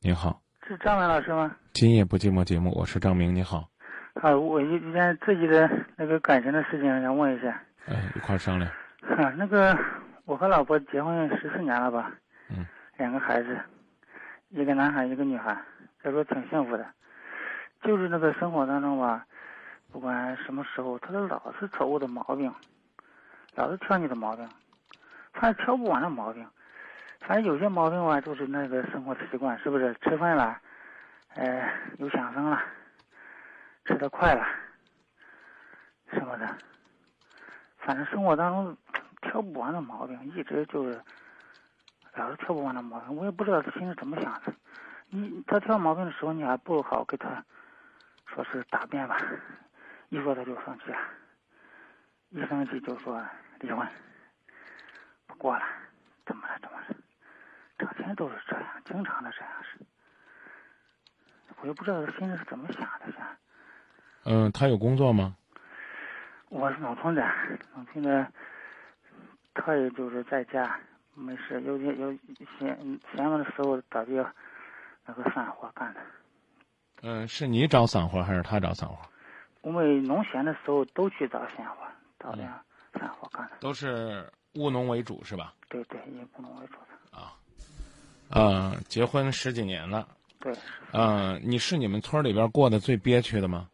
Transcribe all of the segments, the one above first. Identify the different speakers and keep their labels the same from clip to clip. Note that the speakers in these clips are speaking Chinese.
Speaker 1: 您好，
Speaker 2: 是张伟老师吗？
Speaker 1: 今夜不寂寞节目，我是张明，你好，
Speaker 2: 啊，我一件自己的那个感情的事情想问一下。
Speaker 1: 哎，一块儿商量，
Speaker 2: 啊，那个我和老婆结婚十四年了吧？
Speaker 1: 嗯。
Speaker 2: 两个孩子，一个男孩，一个女孩，再说挺幸福的，就是那个生活当中吧，不管什么时候，他都老是找我的毛病，老是挑你的毛病，反正挑不完的毛病，反正有些毛病吧，就是那个生活习惯，是不是？吃饭了，呃，有响声了，吃的快了，什么的，反正生活当中挑不完的毛病，一直就是老是挑不完的毛病，我也不知道他心里怎么想的。你他挑毛病的时候，你还不如好给他说是答辩吧，一说他就生气了，一生气就说离婚，不过了，怎么了怎么了，整天都是这样，经常的这样是。我也不知道他心里是怎么想的，是。
Speaker 1: 嗯、他有工作吗？
Speaker 2: 我是农村的，农村的，他也就是在家没事，有些有闲闲着的时候找点那个散活干的。
Speaker 1: 嗯、是你找散活还是他找散活？
Speaker 2: 我们农闲的时候都去找闲活，找点散活干的。
Speaker 1: 都是务农为主是吧？
Speaker 2: 对对，以务农为主的。
Speaker 1: 啊，呃，结婚十几年了，
Speaker 2: 对，
Speaker 1: 呃，你是你们村里边过得最憋屈的吗？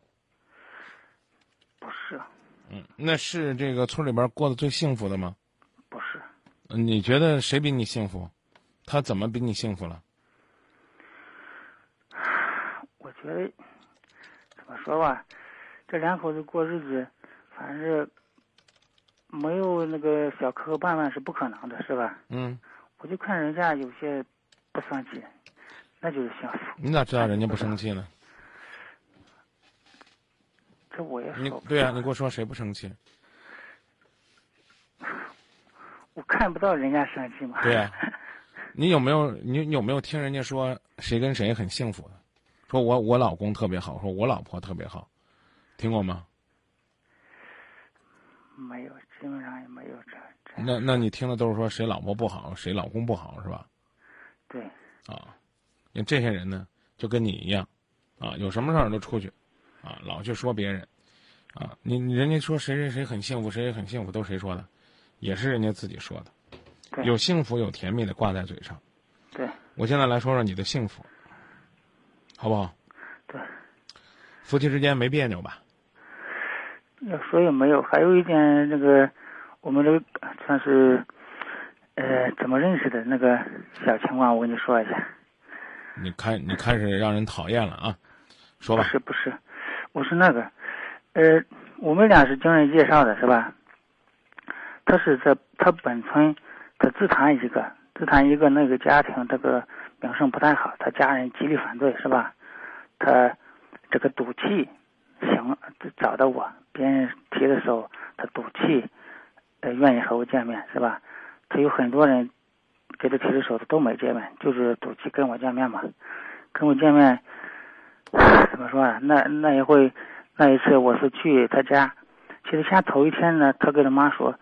Speaker 2: 不是
Speaker 1: 嗯，那是这个村里边过得最幸福的吗？呃
Speaker 2: 不是，
Speaker 1: 你觉得谁比你幸福？他怎么比你幸福了？
Speaker 2: 我觉得怎么说吧，这两口子过日子，反正是没有那个小磕磕绊绊是不可能的，是吧？
Speaker 1: 嗯，
Speaker 2: 我就看人家有些不生气，那就是幸福。
Speaker 1: 你咋知道人家不生气呢？
Speaker 2: 这 我也
Speaker 1: 你
Speaker 2: 说不
Speaker 1: 对啊，
Speaker 2: 上
Speaker 1: 你给我说谁不生气？
Speaker 2: 我看不到人家生气嘛。
Speaker 1: 对啊呀、你有没有你你有没有听人家说谁跟谁很幸福的？说我我老公特别好，说我老婆特别好，听过吗？
Speaker 2: 没有，基本上也没有这这。
Speaker 1: 那那你听的都是说谁老婆不好，谁老公不好是吧？
Speaker 2: 对，
Speaker 1: 啊，因为这些人呢，就跟你一样，啊，有什么事儿都出去，啊，老去说别人，啊，你你人家说谁谁谁很幸福，谁谁很幸福，都谁说的？也是人家自己说的。
Speaker 2: 对
Speaker 1: 有幸福有甜蜜的挂在嘴上。
Speaker 2: 对
Speaker 1: 我现在来说说你的幸福，好不好？
Speaker 2: 对，
Speaker 1: 夫妻之间没别扭吧？
Speaker 2: 要说也没有。还有一点，那个我们这个算是，呃，怎么认识的那个小情况，我跟你说一下。
Speaker 1: 你开你开始让人讨厌了啊！说
Speaker 2: 不
Speaker 1: 吧，
Speaker 2: 是不是，我是那个，呃，我们俩是经人介绍的，是吧？他是在他本村，他自谈一个，自谈一个那个家庭这个名声不太好，他家人极力反对，是吧？他这个赌气，行，找到我，别人提的时候，他赌气，呃，愿意和我见面，是吧？他有很多人给他提的时候，他都没见面，就是赌气跟我见面嘛，跟我见面。 怎么说啊？那那一回，那一次我是去他家，去他家头一天呢，他跟他妈说，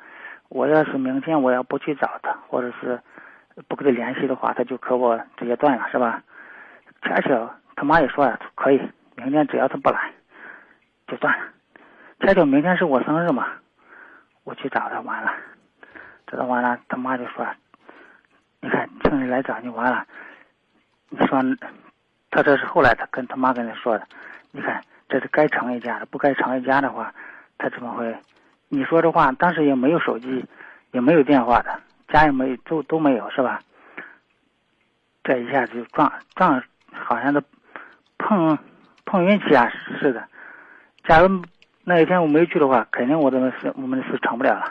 Speaker 2: 我要是明天我要不去找他，或者是不跟他联系的话，他就和我直接断了，是吧？恰巧他妈也说了，可以，明天只要他不来，就断了。恰巧明天是我生日嘛，我去找他完了，找他完了，他妈就说，啊你看生日来找你完了，你说他这是后来他跟他妈跟他说的，你看这是该成一家的，不该成一家的话，他怎么会？你说的话，当时也没有手机，也没有电话的，家也没都都没有是吧？这一下子就撞撞，好像是碰碰运气啊似的。假如那一天我没去的话，肯定我的事我们的事成不了了。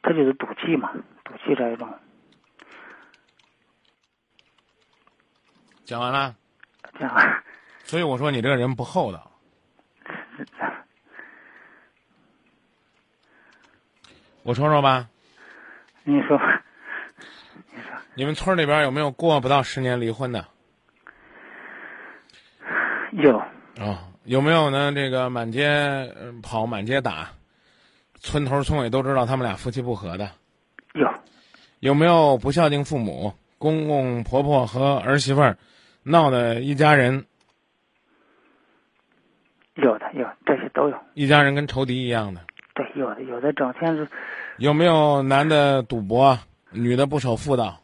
Speaker 2: 他就是赌气嘛，赌气这一种。
Speaker 1: 讲完了。
Speaker 2: 这样啊，
Speaker 1: 所以我说你这个人不厚道。我说说吧，
Speaker 2: 你说吧，
Speaker 1: 你们村里边有没有过不到十年离婚的？啊、
Speaker 2: 有
Speaker 1: 啊有没有呢？这个满街呃跑，满街打，村头村尾都知道他们俩夫妻不和的。
Speaker 2: 有
Speaker 1: 有没有不孝敬父母、公公婆婆和儿媳妇儿，闹的一家人
Speaker 2: 有的有的这些都有，
Speaker 1: 一家人跟仇敌一样的。
Speaker 2: 对，有的有的整天是
Speaker 1: 有没有男的赌博，女的不守妇道，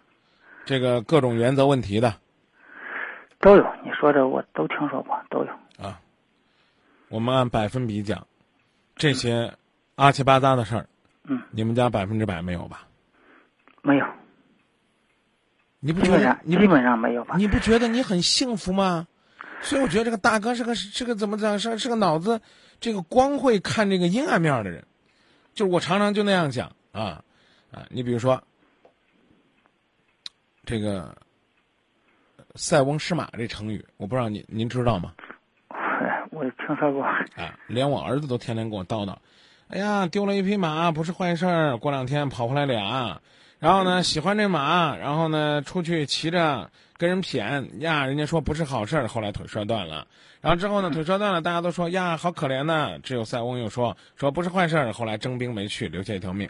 Speaker 1: 这个各种原则问题的
Speaker 2: 都有，你说的我都听说过，都有。
Speaker 1: 啊？我们按百分比讲，这些阿七八糟的事儿，
Speaker 2: 嗯，
Speaker 1: 你们家百分之百没有吧？
Speaker 2: 没有，
Speaker 1: 你不
Speaker 2: 基
Speaker 1: 觉
Speaker 2: 本
Speaker 1: 得
Speaker 2: 上
Speaker 1: 你
Speaker 2: 基本上没有吧？
Speaker 1: 你不觉得你很幸福吗？所以我觉得这个大哥是个是个怎么讲是是个脑子，这个光会看这个阴暗面儿的人，就是我常常就那样想啊啊，你比如说这个呃塞翁失马这成语，我不知道您您知道吗？
Speaker 2: 我听说过，
Speaker 1: 啊，连我儿子都天天给我叨叨，哎呀，丢了一匹马不是坏事儿，过两天跑回来俩，然后呢喜欢这马，然后呢出去骑着跟人谝呀，人家说不是好事儿，后来腿摔断了，然后之后呢腿摔断了，大家都说呀好可怜呐，只有塞翁又说说不是坏事儿，后来征兵没去，留下一条命。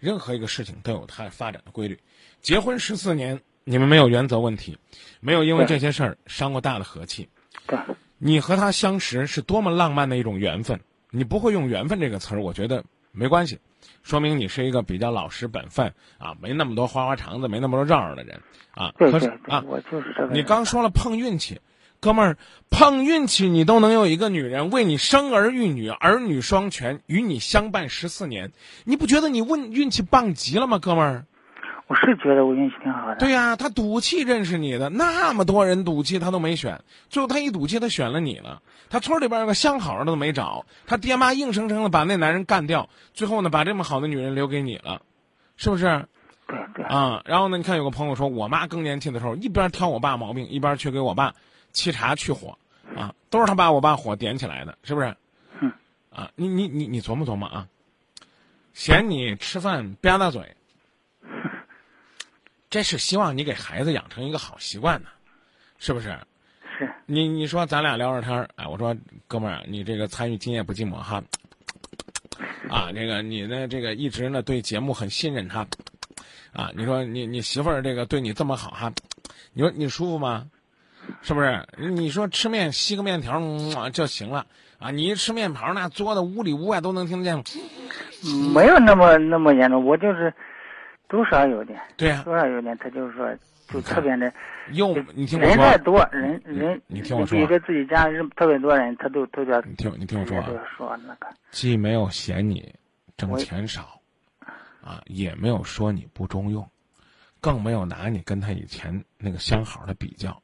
Speaker 1: 任何一个事情都有它发展的规律，结婚十四年，你们没有原则问题，没有因为这些事儿伤过大的和气。
Speaker 2: 对，
Speaker 1: 你和他相识是多么浪漫的一种缘分。你不会用“缘分”这个词儿，我觉得没关系，说明你是一个比较老实本分啊，没那么多花花肠子，没那么多绕绕的人啊。
Speaker 2: 对
Speaker 1: 可
Speaker 2: 对
Speaker 1: 是
Speaker 2: 对，
Speaker 1: 啊，
Speaker 2: 我就是这个人。
Speaker 1: 你刚说了碰运气，哥们儿，碰运气你都能有一个女人为你生儿育女，儿女双全，与你相伴十四年，你不觉得你问运气棒极了吗，哥们儿？
Speaker 2: 我是觉得我运气挺好的。
Speaker 1: 对呀、他赌气认识你的，那么多人赌气他都没选，最后他一赌气他选了你了。他村里边有个相好的都没找，他爹妈硬生生的把那男人干掉，最后呢把这么好的女人留给你了，是不是？
Speaker 2: 对对
Speaker 1: 啊，然后呢，你看有个朋友说，我妈更年期的时候一边挑我爸毛病，一边去给我爸沏茶去火，啊，都是他把我爸火点起来的，是不是？
Speaker 2: 嗯。
Speaker 1: 啊，你你你你琢磨琢磨啊，嫌你吃饭吧嗒嘴，这是希望你给孩子养成一个好习惯呢，是不是？
Speaker 2: 是，
Speaker 1: 你你说咱俩聊着天儿，哎，我说哥们儿，你这个参与今夜不寂寞哈，啊，这个你呢，这个一直呢对节目很信任哈，啊，你说你你媳妇儿这个对你这么好哈，你说你舒服吗？是不是？你说吃面吸个面条、嗯、就行了啊？你一吃面条那作的屋里屋外都能听见，
Speaker 2: 嗯没有那么那么严重，我就是多少有点，
Speaker 1: 对呀、
Speaker 2: 多少有点，他就是说就特别的，
Speaker 1: 又你听我
Speaker 2: 人太
Speaker 1: 说，
Speaker 2: 多，人人
Speaker 1: 你听我说
Speaker 2: 一个自己家人特别多人，他都都叫
Speaker 1: 你听你听我说啊
Speaker 2: 都，要说那个，
Speaker 1: 既没有嫌你挣
Speaker 2: 我
Speaker 1: 钱少，啊，也没有说你不中用，更没有拿你跟他以前那个相好的比较。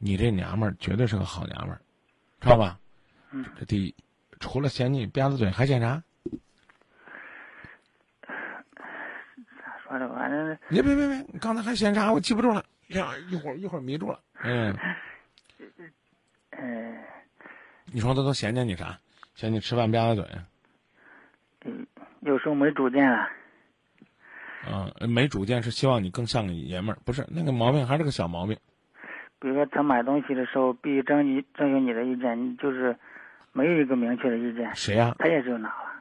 Speaker 1: 你这娘们儿绝对是个好娘们儿，知道吧？
Speaker 2: 嗯
Speaker 1: 这第一，除了嫌你吧嗒嘴，还嫌啥？
Speaker 2: 咋说的，反正
Speaker 1: 你别别别，你刚才还嫌啥？我记不住了。呀，一会儿一会儿迷住了。嗯，
Speaker 2: 嗯
Speaker 1: 你说他都嫌弃你啥？嫌你吃饭吧嗒嘴，啊
Speaker 2: 有时候没主见啊了，
Speaker 1: 嗯、没主见是希望你更像个爷们儿，不是那个毛病还是个小毛病。
Speaker 2: 比如说他买东西的时候必须征你征求你的意见，你就是没有一个明确的意见，
Speaker 1: 谁啊呀、
Speaker 2: 他也就拿了。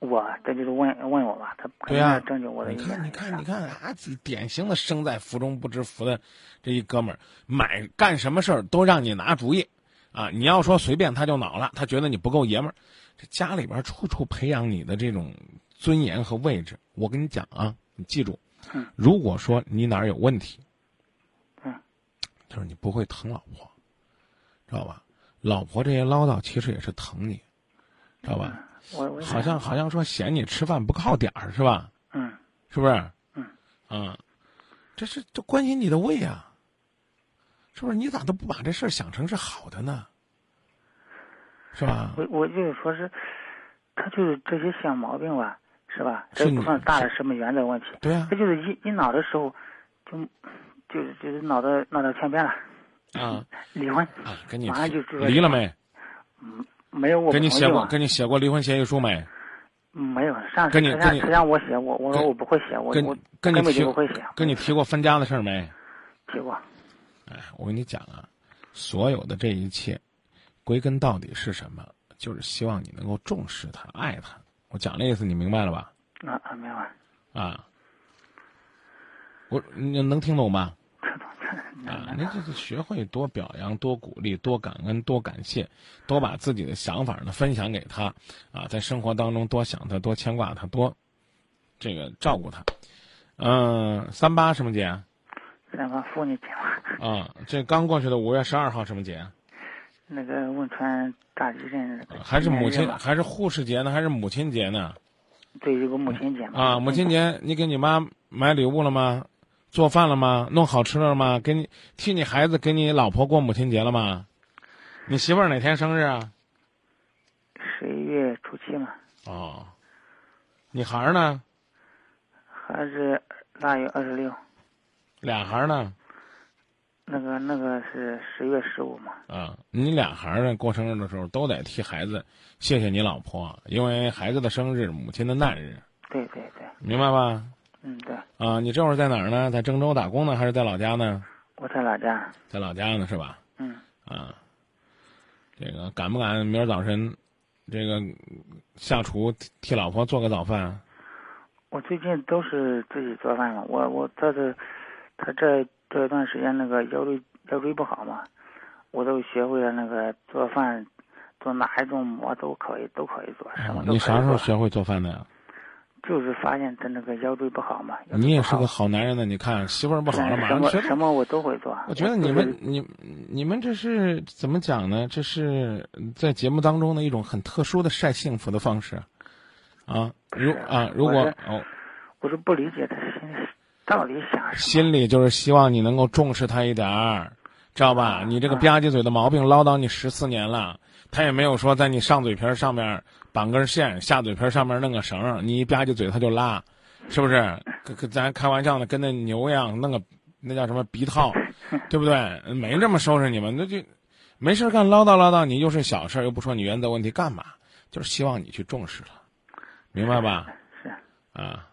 Speaker 2: 我这就是问问我吧，他肯
Speaker 1: 对
Speaker 2: 定
Speaker 1: 呀
Speaker 2: 要征求我的
Speaker 1: 你
Speaker 2: 意见。
Speaker 1: 看，你看，你看啊！这典型的生在福中不知福的这一哥们儿，买干什么事儿都让你拿主意，啊！你要说随便他就恼了，他觉得你不够爷们儿。这家里边处处培养你的这种尊严和位置，我跟你讲啊，你记住
Speaker 2: 嗯，
Speaker 1: 如果说你哪儿有问题，
Speaker 2: 嗯，
Speaker 1: 就是你不会疼老婆，知道吧？老婆这些唠叨其实也是疼你，知道吧？
Speaker 2: 我我
Speaker 1: 好像好像说嫌你吃饭不靠点儿是吧？
Speaker 2: 嗯。
Speaker 1: 是不是？
Speaker 2: 嗯，
Speaker 1: 啊，这是这关心你的胃啊，是不是？你咋都不把这事儿想成是好的呢？是吧？
Speaker 2: 我我就是说是，他就是这些小毛病吧，是吧？
Speaker 1: 是
Speaker 2: 这不
Speaker 1: 你
Speaker 2: 算大的什么原则问题，
Speaker 1: 对啊呀、
Speaker 2: 他就是一一脑的时候，就就是就是脑袋脑袋偏边了，
Speaker 1: 啊，啊
Speaker 2: 离婚
Speaker 1: 跟你
Speaker 2: 马上就知道
Speaker 1: 离了没？
Speaker 2: 没有我
Speaker 1: 跟你
Speaker 2: 朋
Speaker 1: 写
Speaker 2: 友
Speaker 1: 过
Speaker 2: 啊
Speaker 1: 跟你写过离婚协议书没？
Speaker 2: 嗯没有上次
Speaker 1: 跟你
Speaker 2: 他
Speaker 1: 跟
Speaker 2: 让
Speaker 1: 你
Speaker 2: 他让我写，我我说
Speaker 1: 跟
Speaker 2: 我不会写，我
Speaker 1: 跟
Speaker 2: 我
Speaker 1: 跟你
Speaker 2: 根本
Speaker 1: 提
Speaker 2: 就不会写，
Speaker 1: 跟你提过分家的事儿没？
Speaker 2: 提过，
Speaker 1: 哎，我跟你讲啊，所有的这一切，归根到底是什么？就是希望你能够重视他、爱他。我讲这意思，你明白了吧？
Speaker 2: 啊啊明白，
Speaker 1: 啊，我你能听懂吗？
Speaker 2: 这都这
Speaker 1: 啊，那就是学会多表扬、多鼓励、多感恩、多感谢，多把自己的想法呢分享给他，啊，在生活当中多想他、多牵挂他、多这个照顾他。嗯、三八什么节啊？
Speaker 2: 三八妇女节嘛，
Speaker 1: 啊这刚过去的五月十二号什么节啊？
Speaker 2: 那个汶川大地震那个
Speaker 1: 啊还是母
Speaker 2: 纪念
Speaker 1: 亲
Speaker 2: 日嘛
Speaker 1: 还是护士节呢？还是母亲节呢？
Speaker 2: 对，有个母亲节嘛。
Speaker 1: 啊，母亲节你给你妈买礼物了吗？做饭了吗？弄好吃的了吗？给你替你孩子给你老婆过母亲节了吗？你媳妇儿哪天生日啊？
Speaker 2: 十一月初七嘛，
Speaker 1: 哦，你孩儿呢？
Speaker 2: 还是腊月二十六，
Speaker 1: 俩孩儿呢？
Speaker 2: 那个那个是十月十五嘛。
Speaker 1: 啊，你俩孩儿呢？过生日的时候都得替孩子谢谢你老婆，因为孩子的生日，母亲的难日，
Speaker 2: 对对对，
Speaker 1: 明白吧？
Speaker 2: 嗯对，
Speaker 1: 啊，你这会儿在哪儿呢？在郑州打工呢，还是在老家呢？
Speaker 2: 我在老家，
Speaker 1: 在老家呢，是吧？
Speaker 2: 嗯，
Speaker 1: 啊，这个敢不敢明儿早晨，这个下厨替替老婆做个早饭？
Speaker 2: 我最近都是自己做饭嘛。我我他是他这这一段时间那个腰椎腰椎不好嘛，我都学会了那个做饭，做哪一种馍都可以都可以做，什么哎都可以做。
Speaker 1: 哎你啥时候学会做饭的呀？
Speaker 2: 就是发现他那个腰椎不好嘛。腰椎
Speaker 1: 你也
Speaker 2: 不
Speaker 1: 是
Speaker 2: 好
Speaker 1: 个好男人呢，你看媳妇儿不好了，马
Speaker 2: 什
Speaker 1: 上
Speaker 2: 么
Speaker 1: 学
Speaker 2: 什么我都会做。
Speaker 1: 我觉得
Speaker 2: 就
Speaker 1: 你
Speaker 2: 是
Speaker 1: 们你你们这是怎么讲呢？这是在节目当中的一种很特殊的晒幸福的方式，啊，如啊，如果
Speaker 2: 我是
Speaker 1: 哦，
Speaker 2: 我是不理解他心里到底想什么。
Speaker 1: 心里就是希望你能够重视他一点儿，知道吧？你这个吧唧嘴的毛病唠叨你十四年了，他也没有说在你上嘴皮儿上面绑根线，下嘴皮儿上面弄个绳儿，你一吧唧嘴他就拉，是不是？跟跟咱开玩笑呢，跟那牛一样，弄个那叫什么鼻套，对不对？没这么收拾你们，那就没事儿干唠叨唠叨，你又是小事儿，又不说你原则问题，干嘛？就是希望你去重视了，明白吧？
Speaker 2: 是
Speaker 1: 啊，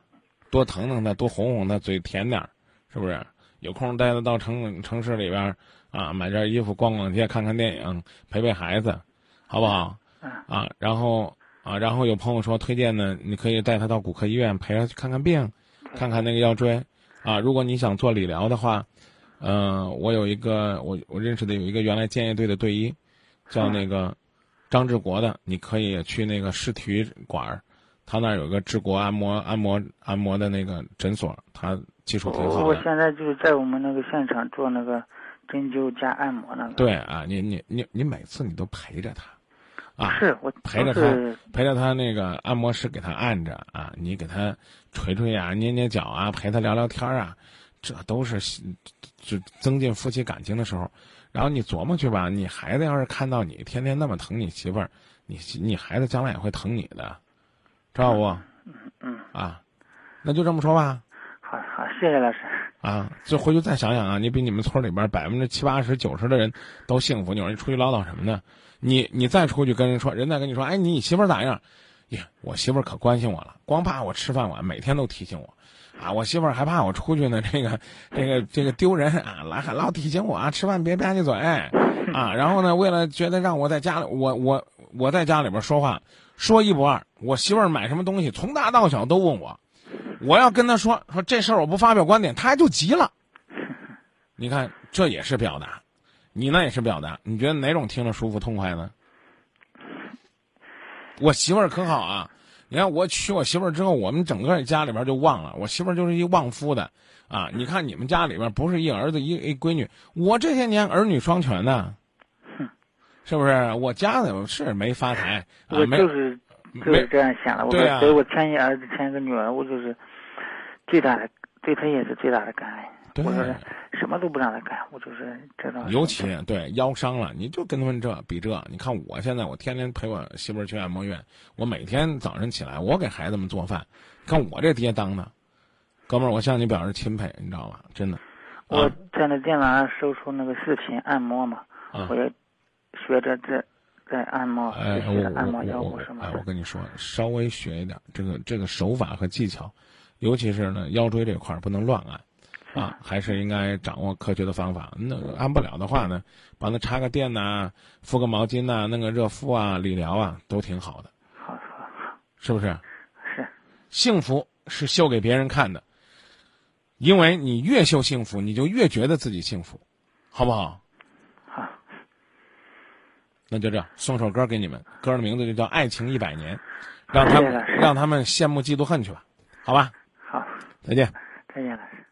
Speaker 1: 多疼疼他，多哄哄他，嘴甜点儿，是不是？有空带他到城城市里边儿啊，买件衣服，逛逛街，看看电影，陪陪孩子，好不好？啊，然后啊，然后有朋友说推荐呢，你可以带他到骨科医院陪他去看看病，看看那个腰椎。啊，如果你想做理疗的话，嗯、我有一个我我认识的有一个原来建业队的队医，叫那个张志国的，你可以去那个市体育馆儿，他那儿有个治国按摩按摩按摩的那个诊所，他技术挺好
Speaker 2: 哦我
Speaker 1: 的。
Speaker 2: 现在就是在我们那个现场做那个针灸加按摩那个。，
Speaker 1: 对啊，你你你你每次你都陪着他，啊，
Speaker 2: 是我
Speaker 1: 陪着
Speaker 2: 都是
Speaker 1: 他，陪着他那个按摩师给他按着啊，你给他捶捶啊，捏捏脚啊，陪他聊聊天啊，这都是西就增进夫妻感情的时候。然后你琢磨去吧，你孩子要是看到你天天那么疼你媳妇儿，你你孩子将来也会疼你的，知道不？
Speaker 2: 嗯，
Speaker 1: 啊，那就这么说吧。
Speaker 2: 好好，谢谢老师。
Speaker 1: 啊，就回去再想想啊，你比你们村里边百分之七八十、九十的人都幸福。你说你出去唠叨什么呢？你你再出去跟人说，人再跟你说，哎，你媳妇儿咋样？呀，我媳妇儿可关心我了，光怕我吃饭晚，每天都提醒我。啊，我媳妇儿还怕我出去呢，这个这个这个丢人啊，来还老提醒我啊，吃饭别吧唧嘴啊。然后呢，为了觉得让我在家里，我我我在家里边说话说一不二，我媳妇儿买什么东西，从大到小都问我。我要跟他说说这事儿我不发表观点，他还就急 了。你看，这也是表达，你那也是表达。你觉得哪种听着舒服痛快呢？我媳妇儿可好啊！你看我娶我媳妇儿之后，我们整个家里边就旺了。我媳妇儿就是一旺夫的啊！你看你们家里边不是一儿子一一闺女，我这些年儿女双全 呢，是不是？我家的是没发财啊，
Speaker 2: 我
Speaker 1: 没
Speaker 2: 就是就
Speaker 1: 没
Speaker 2: 是这样想的。我
Speaker 1: 对啊
Speaker 2: 说所以我添一儿子，添一个女儿，我就是最大的对他也是最大的感恩。
Speaker 1: 对
Speaker 2: 我说什么都不让他干，我就是这种。
Speaker 1: 尤其对腰伤了，你就跟他们这比这。你看我现在，我天天陪我媳妇儿去按摩院，我每天早晨起来，我给孩子们做饭。看我这爹当的，哥们儿，我向你表示钦佩，你知道吧？真的，
Speaker 2: 我
Speaker 1: 啊
Speaker 2: 在那电脑上搜出那个视频按摩嘛，
Speaker 1: 啊
Speaker 2: 我也学着这在按摩，
Speaker 1: 哎，
Speaker 2: 学
Speaker 1: 我
Speaker 2: 习按摩
Speaker 1: 我
Speaker 2: 腰
Speaker 1: 我
Speaker 2: 部
Speaker 1: 我
Speaker 2: 什，么
Speaker 1: 哎，
Speaker 2: 的
Speaker 1: 我。跟你说，稍微学一点这个这个手法和技巧，尤其是呢腰椎这块儿不能乱按。啊，还是应该掌握科学的方法。那按不了的话呢，帮他插个电呐、敷个毛巾呐、弄个热敷啊、理疗啊，都挺好的，
Speaker 2: 好好好，
Speaker 1: 是不是？
Speaker 2: 是
Speaker 1: 幸福是秀给别人看的，因为你越秀幸福，你就越觉得自己幸福。好不好？
Speaker 2: 好，
Speaker 1: 那就这样，送首歌给你们，歌的名字就叫《爱情一百年》，让他
Speaker 2: 谢谢
Speaker 1: 们
Speaker 2: 老师
Speaker 1: 让他们羡慕嫉妒恨去吧，好吧？
Speaker 2: 好，
Speaker 1: 再见。
Speaker 2: 再见，老师。